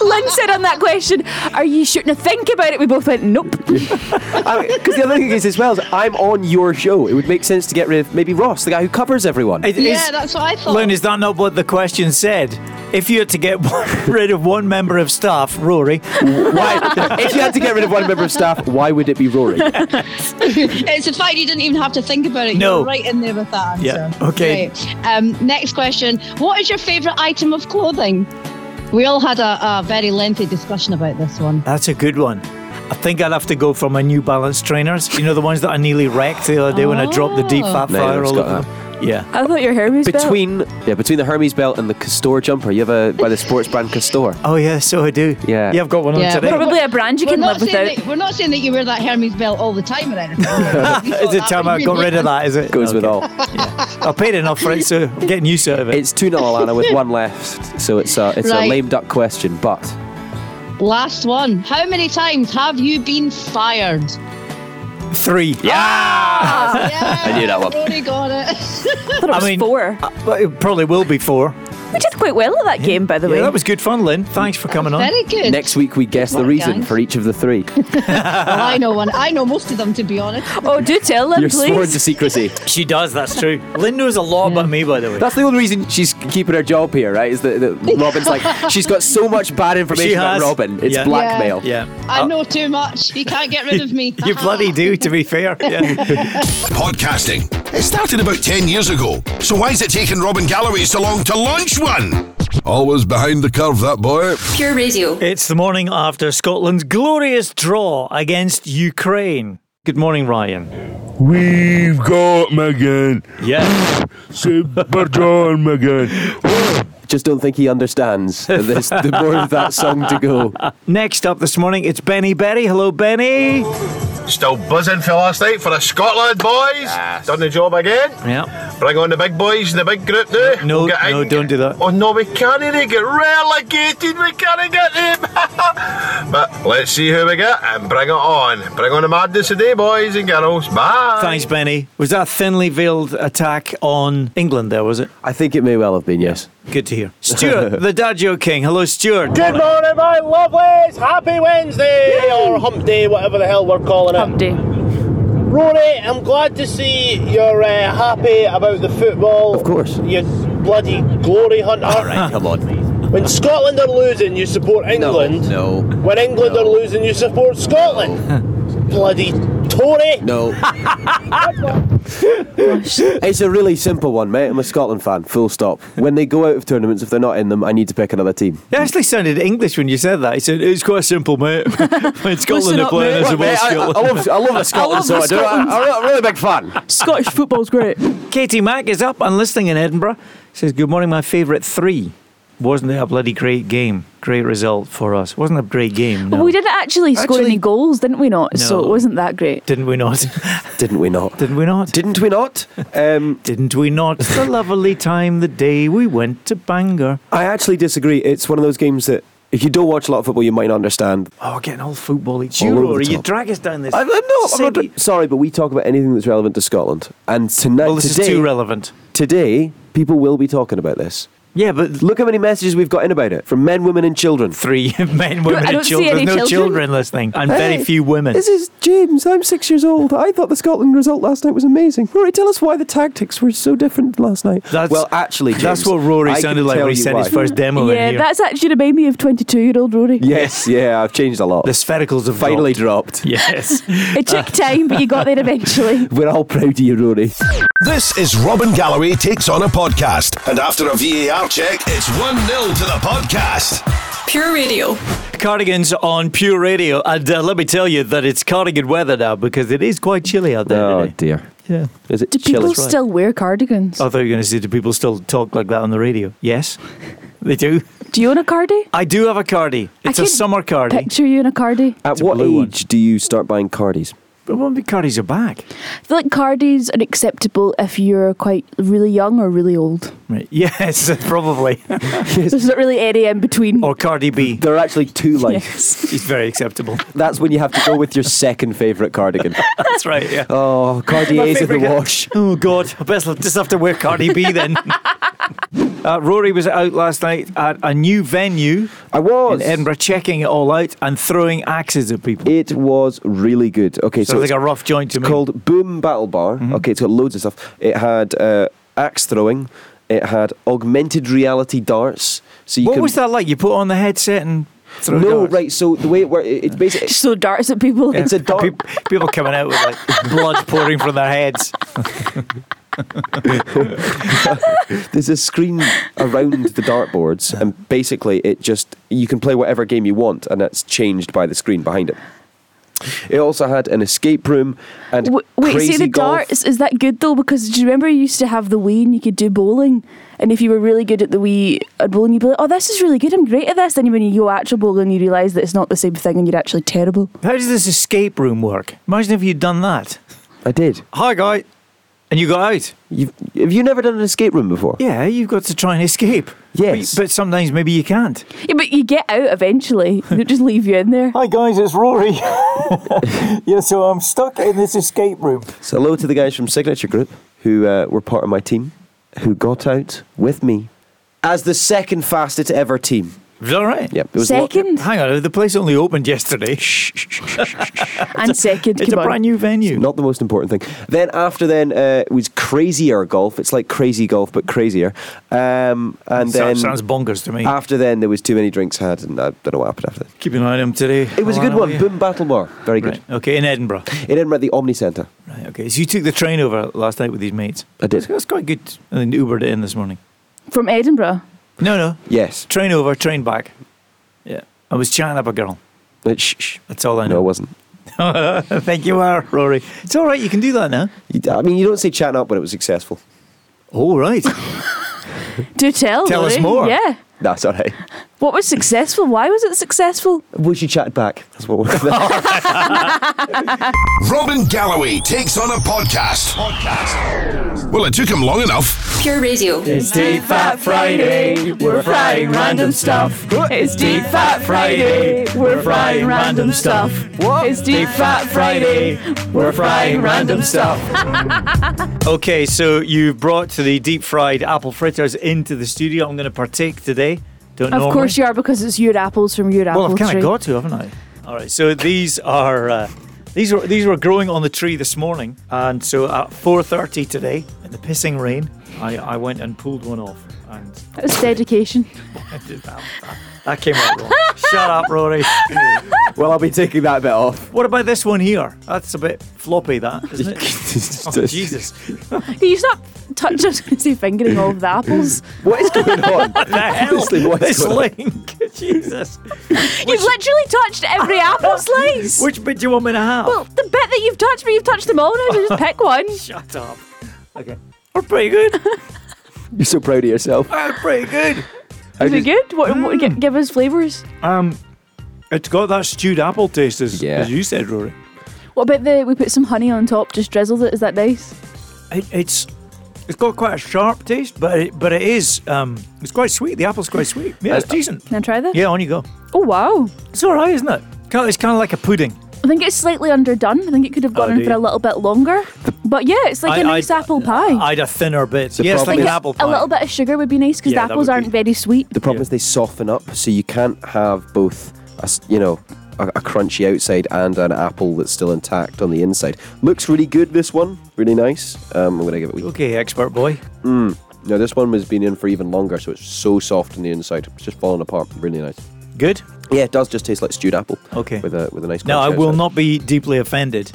Speaker 3: Lynn said on that question, Are you sure? Now think about it. We both went, Nope.
Speaker 2: Because the other thing is as well, is I'm on your show. It would make sense to get rid of maybe Ross, the guy who covers everyone.
Speaker 1: It
Speaker 10: yeah,
Speaker 1: is-
Speaker 10: that's what I thought.
Speaker 1: Lynn, is that not what the question said? If you had to get [LAUGHS] rid of one member of staff, Rory,
Speaker 2: Why, [LAUGHS] if you had to get rid of one member of staff, why would it be Rory?
Speaker 10: [LAUGHS] It's a fact you didn't even have to think about it.
Speaker 1: No.
Speaker 10: You're right in there with that answer.
Speaker 1: Yeah, okay.
Speaker 10: Great. Um, next question. What is your favourite item of clothing? We all had a, a very lengthy discussion about this one.
Speaker 1: that's a good one. I think I'd have to go for my New Balance trainers. You know, the ones that I nearly wrecked the other day when I dropped the deep
Speaker 10: Oh.
Speaker 1: fat
Speaker 2: No,
Speaker 1: fryer
Speaker 2: it's
Speaker 1: all
Speaker 2: got
Speaker 1: over
Speaker 2: that.
Speaker 1: them.
Speaker 2: Yeah.
Speaker 3: I thought your Hermes belt.
Speaker 2: Between yeah, between the Hermes belt and the Castor jumper, you have a by the sports brand Castor.
Speaker 1: Oh yeah, so I do.
Speaker 2: Yeah,
Speaker 1: yeah, I've got one on today.
Speaker 3: Probably a brand you
Speaker 10: We're
Speaker 3: can
Speaker 10: not
Speaker 3: live
Speaker 10: saying
Speaker 3: without.
Speaker 10: That, we're not saying that you wear that Hermes belt all the time or anything.
Speaker 1: [LAUGHS] is it time I got rid of that? Is it
Speaker 2: Goes with all.
Speaker 1: I paid enough for it, so
Speaker 2: [LAUGHS]
Speaker 1: I'm getting used to it.
Speaker 2: It's two 0 Alana
Speaker 3: [LAUGHS]
Speaker 2: with one left, so it's a it's a
Speaker 10: Right.
Speaker 2: lame duck question. But
Speaker 10: Last one. How many times have you been fired?
Speaker 1: three.
Speaker 10: Ah!
Speaker 2: I knew that
Speaker 10: [LAUGHS]
Speaker 2: one.
Speaker 10: Rory got it.
Speaker 1: I mean, four. it probably will be four.
Speaker 3: We did quite well at that game, by the
Speaker 1: Yeah,
Speaker 3: way.
Speaker 1: that was good fun, Lynn. Thanks for coming on.
Speaker 10: Very good.
Speaker 2: next week we guess the
Speaker 10: What,
Speaker 2: reason
Speaker 10: guys?
Speaker 2: for each of the three.
Speaker 10: Well, I know one. I know most of them, to be honest.
Speaker 3: Oh, do tell them,
Speaker 2: You're sworn to
Speaker 3: please.
Speaker 2: secrecy.
Speaker 1: She does. That's true. Lynn knows a lot about me, by the way.
Speaker 2: That's the only reason she's keeping her job here, right? Is that, that Robin's like she's got so much bad information
Speaker 1: She
Speaker 2: about
Speaker 1: has.
Speaker 2: Robin. It's
Speaker 1: Yeah.
Speaker 2: blackmail.
Speaker 1: yeah.
Speaker 10: I know too much. You can't get rid of me.
Speaker 1: [LAUGHS] You bloody do, to be [LAUGHS] fair. Yeah.
Speaker 4: Podcasting. It started about 10 years ago, so why is it taking Robin Galloway so long to launch one? Always behind the curve, that boy.
Speaker 9: Pure Radio.
Speaker 1: it's the morning after Scotland's glorious draw against Ukraine. Good morning, Ryan.
Speaker 15: We've got McGinn.
Speaker 1: Yeah.
Speaker 15: Super John McGinn.
Speaker 2: Just don't think he understands that there's the more of that song to go.
Speaker 1: Next up this morning, it's Benny Berry. Hello, Benny.
Speaker 16: Still buzzing for last night for a Scotland boys. Done the job again.
Speaker 1: Yeah.
Speaker 16: Bring on the big boys in the big group now.
Speaker 1: No,
Speaker 16: We'll get in.
Speaker 1: no, don't do that.
Speaker 16: Oh no, we can't. They get relegated. We can't get them. [LAUGHS] but let's see who we get and bring it on. Bring on the madness today, boys and girls. Bye.
Speaker 1: Thanks, Benny. Was that a thinly veiled attack on England there, was it?
Speaker 2: I think it may well have been, yes.
Speaker 1: Good to [LAUGHS] hear. Stuart, the Dadjo King. Hello, Stuart.
Speaker 8: Good morning, my lovelies. Happy Wednesday or Hump Day, whatever the hell we're calling it. Hump
Speaker 3: Day.
Speaker 8: Rory, I'm glad to see you're uh, happy about the football. Of
Speaker 2: course.
Speaker 8: You bloody glory hunter.
Speaker 2: All right, come on.
Speaker 8: When Scotland are losing, you support England.
Speaker 2: No, no,
Speaker 8: When England are losing, you
Speaker 2: [LAUGHS]
Speaker 8: support Scotland. bloody Tory.
Speaker 2: no. it's a really simple one, mate. I'm a Scotland fan, full stop. When they go out of tournaments, if they're not in them, I need to pick another team.
Speaker 1: It actually sounded English when you said that. He said, it's quite simple, mate. [LAUGHS] when Scotland are
Speaker 3: up,
Speaker 1: playing
Speaker 3: mate.
Speaker 1: as a
Speaker 2: Mate, I, I, I
Speaker 1: Scotland.
Speaker 2: love, I love a
Speaker 3: love
Speaker 2: Scotland, so I do. I,
Speaker 3: Scotland.
Speaker 2: I'm a really big fan.
Speaker 3: Scottish football's great.
Speaker 1: Katie Mack is up and listening in Edinburgh. Says, Good morning, my favourite three. Wasn't it a bloody great game? Great result for us. Wasn't a great game. No.
Speaker 3: Well, we didn't actually score
Speaker 2: Actually-
Speaker 3: any goals, didn't we? Not so
Speaker 1: No.
Speaker 3: it wasn't that great.
Speaker 1: Didn't we
Speaker 3: [LAUGHS]
Speaker 1: not?
Speaker 2: Didn't we not?
Speaker 1: Didn't we not?
Speaker 2: Didn't we not? Um,
Speaker 1: Didn't we not? [LAUGHS] The lovely time the day we went to Bangor.
Speaker 2: I actually disagree. It's one of those games that if you don't watch a lot of football, you might not understand.
Speaker 1: Oh, we're getting all football each
Speaker 2: All
Speaker 1: year,
Speaker 2: over the
Speaker 1: or you
Speaker 2: top.
Speaker 1: drag us down this.
Speaker 2: I, I'm not. I'm
Speaker 1: silly-
Speaker 2: not sorry, but we talk about anything that's relevant to Scotland, and tonight,
Speaker 1: Well, Oh, this
Speaker 2: today,
Speaker 1: is too relevant.
Speaker 2: today, people will be talking about this.
Speaker 1: Yeah, but
Speaker 2: Look how many messages we've got in about it from men, women, and children.
Speaker 1: three [LAUGHS] men, women,
Speaker 3: I
Speaker 1: and
Speaker 3: don't see
Speaker 1: children.
Speaker 3: any
Speaker 1: no
Speaker 3: children.
Speaker 1: children listening, and very
Speaker 2: Hey,
Speaker 1: few women.
Speaker 2: This is James. I'm six years old. I thought the Scotland result last night was amazing. Rory, tell us why the tactics were so different last night.
Speaker 1: That's-
Speaker 2: well, actually, James,
Speaker 1: that's what Rory
Speaker 2: I can
Speaker 1: sounded like
Speaker 2: tell
Speaker 1: when he
Speaker 2: you
Speaker 1: sent his
Speaker 2: why.
Speaker 1: first demo
Speaker 3: yeah,
Speaker 1: in here.
Speaker 3: that's actually remind me of 22 year old Rory.
Speaker 2: Yes, yeah, I've changed a lot.
Speaker 1: the sphericals have
Speaker 2: Finally
Speaker 1: dropped. [LAUGHS]
Speaker 2: dropped.
Speaker 1: Yes.
Speaker 3: It
Speaker 2: Uh.
Speaker 3: took time, but you got
Speaker 2: [LAUGHS]
Speaker 3: there eventually.
Speaker 2: We're all proud of you, Rory.
Speaker 4: This is Robin Galloway Takes On a Podcast. And after a VAR check, it's 1 0 to the podcast.
Speaker 9: Pure Radio.
Speaker 1: [LAUGHS] Cardigans on Pure Radio, and uh, let me tell you that it's cardigan weather now because it is quite chilly out there.
Speaker 2: [LAUGHS] Oh
Speaker 1: today.
Speaker 2: dear.
Speaker 1: Yeah.
Speaker 2: Is it
Speaker 3: Do people
Speaker 2: chilly?
Speaker 3: still wear cardigans?
Speaker 2: Oh.
Speaker 1: I thought you were going to say, do people still talk like that on the radio? Yes, they [LAUGHS] do.
Speaker 3: Do you own a cardi?
Speaker 1: I do have a cardi. It's a
Speaker 3: could
Speaker 1: summer cardi.
Speaker 3: Picture you in a cardi.
Speaker 2: At
Speaker 1: It's a
Speaker 2: what age
Speaker 1: blue one.
Speaker 2: do you start buying cardis?
Speaker 1: But when the cardis are back,
Speaker 3: I feel like cardis are acceptable if you're quite really young or
Speaker 2: [LAUGHS]
Speaker 3: really old.
Speaker 1: right? [LAUGHS] Yes, probably.
Speaker 3: There's not really any in between.
Speaker 2: Oh.
Speaker 1: or Cardi B.
Speaker 2: There are actually two like
Speaker 3: Yes.
Speaker 1: He's very acceptable.
Speaker 2: that's when you have to go [LAUGHS] with your second favourite cardigan.
Speaker 1: That's right. Yeah.
Speaker 2: [LAUGHS] Oh, Cartier's in the wash.
Speaker 1: Oh God, I best just have to wear Cardi B [LAUGHS] then. uh, Rory was out last night at a new venue
Speaker 2: I was.
Speaker 1: in Edinburgh, checking it all out and throwing axes at people.
Speaker 2: It was really good. Okay, so,
Speaker 1: Sounds like
Speaker 2: it's
Speaker 1: a rough joint to me.
Speaker 2: called Boom Battle Bar. Okay, it's got loads of stuff. It had uh, axe throwing. It had augmented reality darts. So you
Speaker 1: what
Speaker 2: can,
Speaker 1: was that like? You put on the headset and throw
Speaker 2: No,
Speaker 1: darts?
Speaker 2: right. So the way it works, it's [LAUGHS] basically
Speaker 3: Just throw darts at people.
Speaker 2: it's a dart.
Speaker 1: People, people coming out with like blood pouring from their heads.
Speaker 2: There's a screen around the dartboards, and basically it just you can play whatever game you want, and that's changed by the screen behind it. It also had an escape room and
Speaker 3: [LAUGHS] Wait,
Speaker 2: crazy
Speaker 3: see the
Speaker 2: golf.
Speaker 3: darts. Is that good though? Because do you remember you used to have the Wii and you could do bowling, and if you were really good at the Wii at bowling, you'd be like, "Oh, this is really good. I'm great at this." Then when you go actual bowling, you realise that it's not the same thing, and you're
Speaker 2: [LAUGHS]
Speaker 3: actually terrible.
Speaker 1: How does this escape room work? Imagine if you'd done that.
Speaker 2: I did.
Speaker 1: Hi, guy. And you got out.
Speaker 2: You've, have you never done an escape room before?
Speaker 1: Yeah, you've got to try and escape.
Speaker 2: Yes.
Speaker 1: But, but sometimes maybe you can't.
Speaker 3: Yeah, but you get out eventually. They don't just leave you in there.
Speaker 1: Hi guys, it's Rory. [LAUGHS] yeah, so I'm stuck in this escape room.
Speaker 2: So hello to the guys from Signature Group who uh, were part of my team, who got out with me as the second fastest ever team.
Speaker 1: Is that right?
Speaker 2: Yep.
Speaker 3: Second
Speaker 1: Hang on, the place only opened yesterday. Shh.
Speaker 3: and second.
Speaker 1: It's
Speaker 3: come
Speaker 1: a
Speaker 3: on.
Speaker 1: brand new venue.
Speaker 2: Not the most important thing. Then after then uh, it was crazier golf. It's like crazy golf, but crazier. Um, and
Speaker 1: So-
Speaker 2: then
Speaker 1: sounds bonkers to me.
Speaker 2: after then there was too many drinks had, and I don't know what happened after. That.
Speaker 1: Keep an eye on him today.
Speaker 2: It was a
Speaker 1: How
Speaker 2: good
Speaker 1: are
Speaker 2: one.
Speaker 1: you?
Speaker 2: Boom Battle Bar, very good.
Speaker 1: Oh, Right, Okay, in Edinburgh.
Speaker 2: It ended at the Omni Centre.
Speaker 1: Right, okay, so you took the train over last night with these mates.
Speaker 2: I did.
Speaker 1: That's, that's quite good. And then Ubered it in this morning.
Speaker 3: From Edinburgh.
Speaker 1: No, no.
Speaker 2: Yes.
Speaker 1: Train over, train back. Yeah. I was chatting up a girl.
Speaker 2: But shh, shh.
Speaker 1: That's all I
Speaker 2: No, it
Speaker 1: know.
Speaker 2: wasn't.
Speaker 1: I think you are, Rory. It's all right. You can do that now.
Speaker 2: You- I mean, you don't say chatting up when it was successful.
Speaker 1: All right.
Speaker 3: Do tell.
Speaker 1: Tell us
Speaker 3: Laurie.
Speaker 1: more.
Speaker 3: Yeah.
Speaker 2: That's all right.
Speaker 3: What was successful? Why was it successful?
Speaker 2: Wish you chatted back. That's what
Speaker 1: [LAUGHS]
Speaker 2: we're. [LAUGHS]
Speaker 4: Robin Galloway takes on a podcast. podcast. Well, it took him long enough.
Speaker 9: Pure Radio.
Speaker 14: It's Deep Fat Friday. We're frying random stuff. It's Deep Fat Friday. We're frying random stuff. What? It's Deep Fat Friday. We're frying random stuff.
Speaker 1: [LAUGHS] Okay, so you've brought the deep fried apple fritters into the studio. I'm going to partake today. Don't
Speaker 3: Of course you are because it's your apples from your apple
Speaker 1: Well, I've kind
Speaker 3: tree.
Speaker 1: of got to, haven't I? All right. So these are uh, these were these were growing on the tree this morning, and so at 4:30 today, in the pissing rain, I, I went and pulled one off, and [LAUGHS]
Speaker 3: That's dedication.
Speaker 1: that came out [LAUGHS] wrong. Shut up, [LAUGHS] Rory.
Speaker 2: well, I'll be taking that
Speaker 1: [LAUGHS]
Speaker 2: bit off.
Speaker 1: What about this one here? That's a bit floppy, that isn't it? [LAUGHS] Oh, Jesus.
Speaker 3: You stop touching. [LAUGHS] I was going to say fingering all of the apples.
Speaker 2: [LAUGHS] What is going on?
Speaker 1: What the hell?
Speaker 2: Honestly, what
Speaker 1: [LAUGHS]
Speaker 2: is
Speaker 1: this
Speaker 2: going on?
Speaker 1: link. [LAUGHS] Jesus.
Speaker 3: You've literally touched every apple slice.
Speaker 1: Which bit do you want me to have?
Speaker 3: Well, the bit that you've touched, but you've touched them all now, so just
Speaker 1: [LAUGHS]
Speaker 3: pick one.
Speaker 1: Shut up. Okay. We're pretty good.
Speaker 2: You're so proud of yourself.
Speaker 1: We're pretty good.
Speaker 3: Is it good? What, what,
Speaker 1: Mm.
Speaker 3: gi- give us flavours.
Speaker 1: Um, it's got that stewed apple taste, as,
Speaker 2: Yeah.
Speaker 1: as you said, Rory.
Speaker 3: What about the, we put some honey on top, just drizzled it, is that nice?
Speaker 1: It, it's it's got quite a sharp taste, but it, but it is um, it's quite sweet. The apple's quite sweet. Yeah, it's decent.
Speaker 3: Can I try that?
Speaker 1: Yeah, on you go.
Speaker 3: Oh, wow.
Speaker 1: It's all right, isn't it? Kinda- It's kind of like a pudding.
Speaker 3: I think it's slightly underdone. I think it could have gone
Speaker 1: Oh,
Speaker 3: in
Speaker 1: do
Speaker 3: for
Speaker 1: you?
Speaker 3: a little bit longer. But yeah, it's like a
Speaker 1: I-
Speaker 3: nice
Speaker 1: I'd-
Speaker 3: apple pie. I
Speaker 1: I'd a thinner bit.
Speaker 2: The
Speaker 1: yeah, it's
Speaker 2: problem
Speaker 1: like
Speaker 3: think
Speaker 1: an
Speaker 2: is-
Speaker 1: apple pie.
Speaker 3: a little bit of sugar would be nice because
Speaker 1: Yeah, that
Speaker 3: the apples
Speaker 1: would
Speaker 3: aren't
Speaker 1: be-
Speaker 3: very sweet.
Speaker 2: The problem is they soften up, so you can't have both, a, s- you know, a, a crunchy outside and an apple that's still intact on the inside. Looks really good. This one, really nice. Um, I'm gonna give it. a wee-
Speaker 1: Okay, expert boy.
Speaker 2: No, this one has been in for even longer, so it's so soft on the inside. It's just falling apart. Really nice.
Speaker 1: Good.
Speaker 2: Yeah, it does just taste like stewed apple.
Speaker 1: Okay.
Speaker 2: With a with a nice.
Speaker 1: Now I
Speaker 2: crunchy
Speaker 1: will
Speaker 2: outside.
Speaker 1: not be deeply offended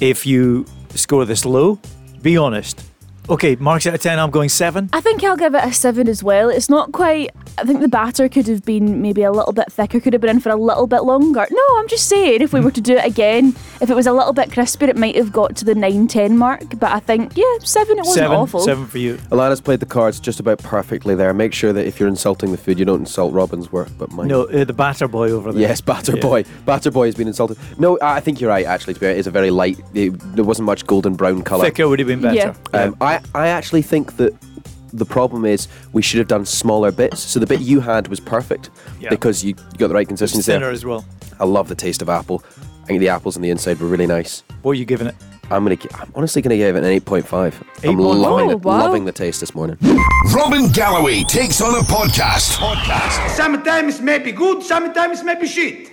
Speaker 1: if you score this low. Be honest. Okay, marks out of ten. I'm going seven.
Speaker 3: I think I'll give it a seven as well. It's not quite. I think the batter could have been maybe a little bit thicker, could have been in for a little bit longer. No, I'm just saying, if we were to do it again, if it was a little bit crispier, it might have got to the 9 10 mark. But I think, yeah, seven, it wasn't
Speaker 1: seven.
Speaker 3: awful.
Speaker 1: Seven for you.
Speaker 2: Alana's played the cards just about perfectly there. Make sure that if you're insulting the food, you don't insult Robin's work, but mine.
Speaker 1: No, uh, the batter boy over there.
Speaker 2: [LAUGHS] Yes, Batter
Speaker 1: Yeah.
Speaker 2: Boy. Batter Boy has been insulted. No, I I think you're right, actually, to be fair. It's a very light, it, there wasn't much golden brown colour.
Speaker 1: Thicker would have been better.
Speaker 3: Yeah.
Speaker 2: Um, I, I actually think that the problem is we should have done smaller bits. So the bit you had was perfect
Speaker 1: Yeah.
Speaker 2: because you, you got the right
Speaker 1: It's
Speaker 2: consistency
Speaker 1: thinner
Speaker 2: there.
Speaker 1: as well.
Speaker 2: I love the taste of apple. I think the apples on the inside were really nice.
Speaker 1: What are you giving it?
Speaker 2: I'm gonna. gi- I'm honestly gonna give it an 8.5. I'm
Speaker 1: 8.5?
Speaker 2: loving
Speaker 3: Oh,
Speaker 2: it.
Speaker 3: wow.
Speaker 2: Loving the taste this morning.
Speaker 4: Robin Galloway takes on a podcast. Podcast.
Speaker 17: Sometimes maybe good, sometimes maybe shit.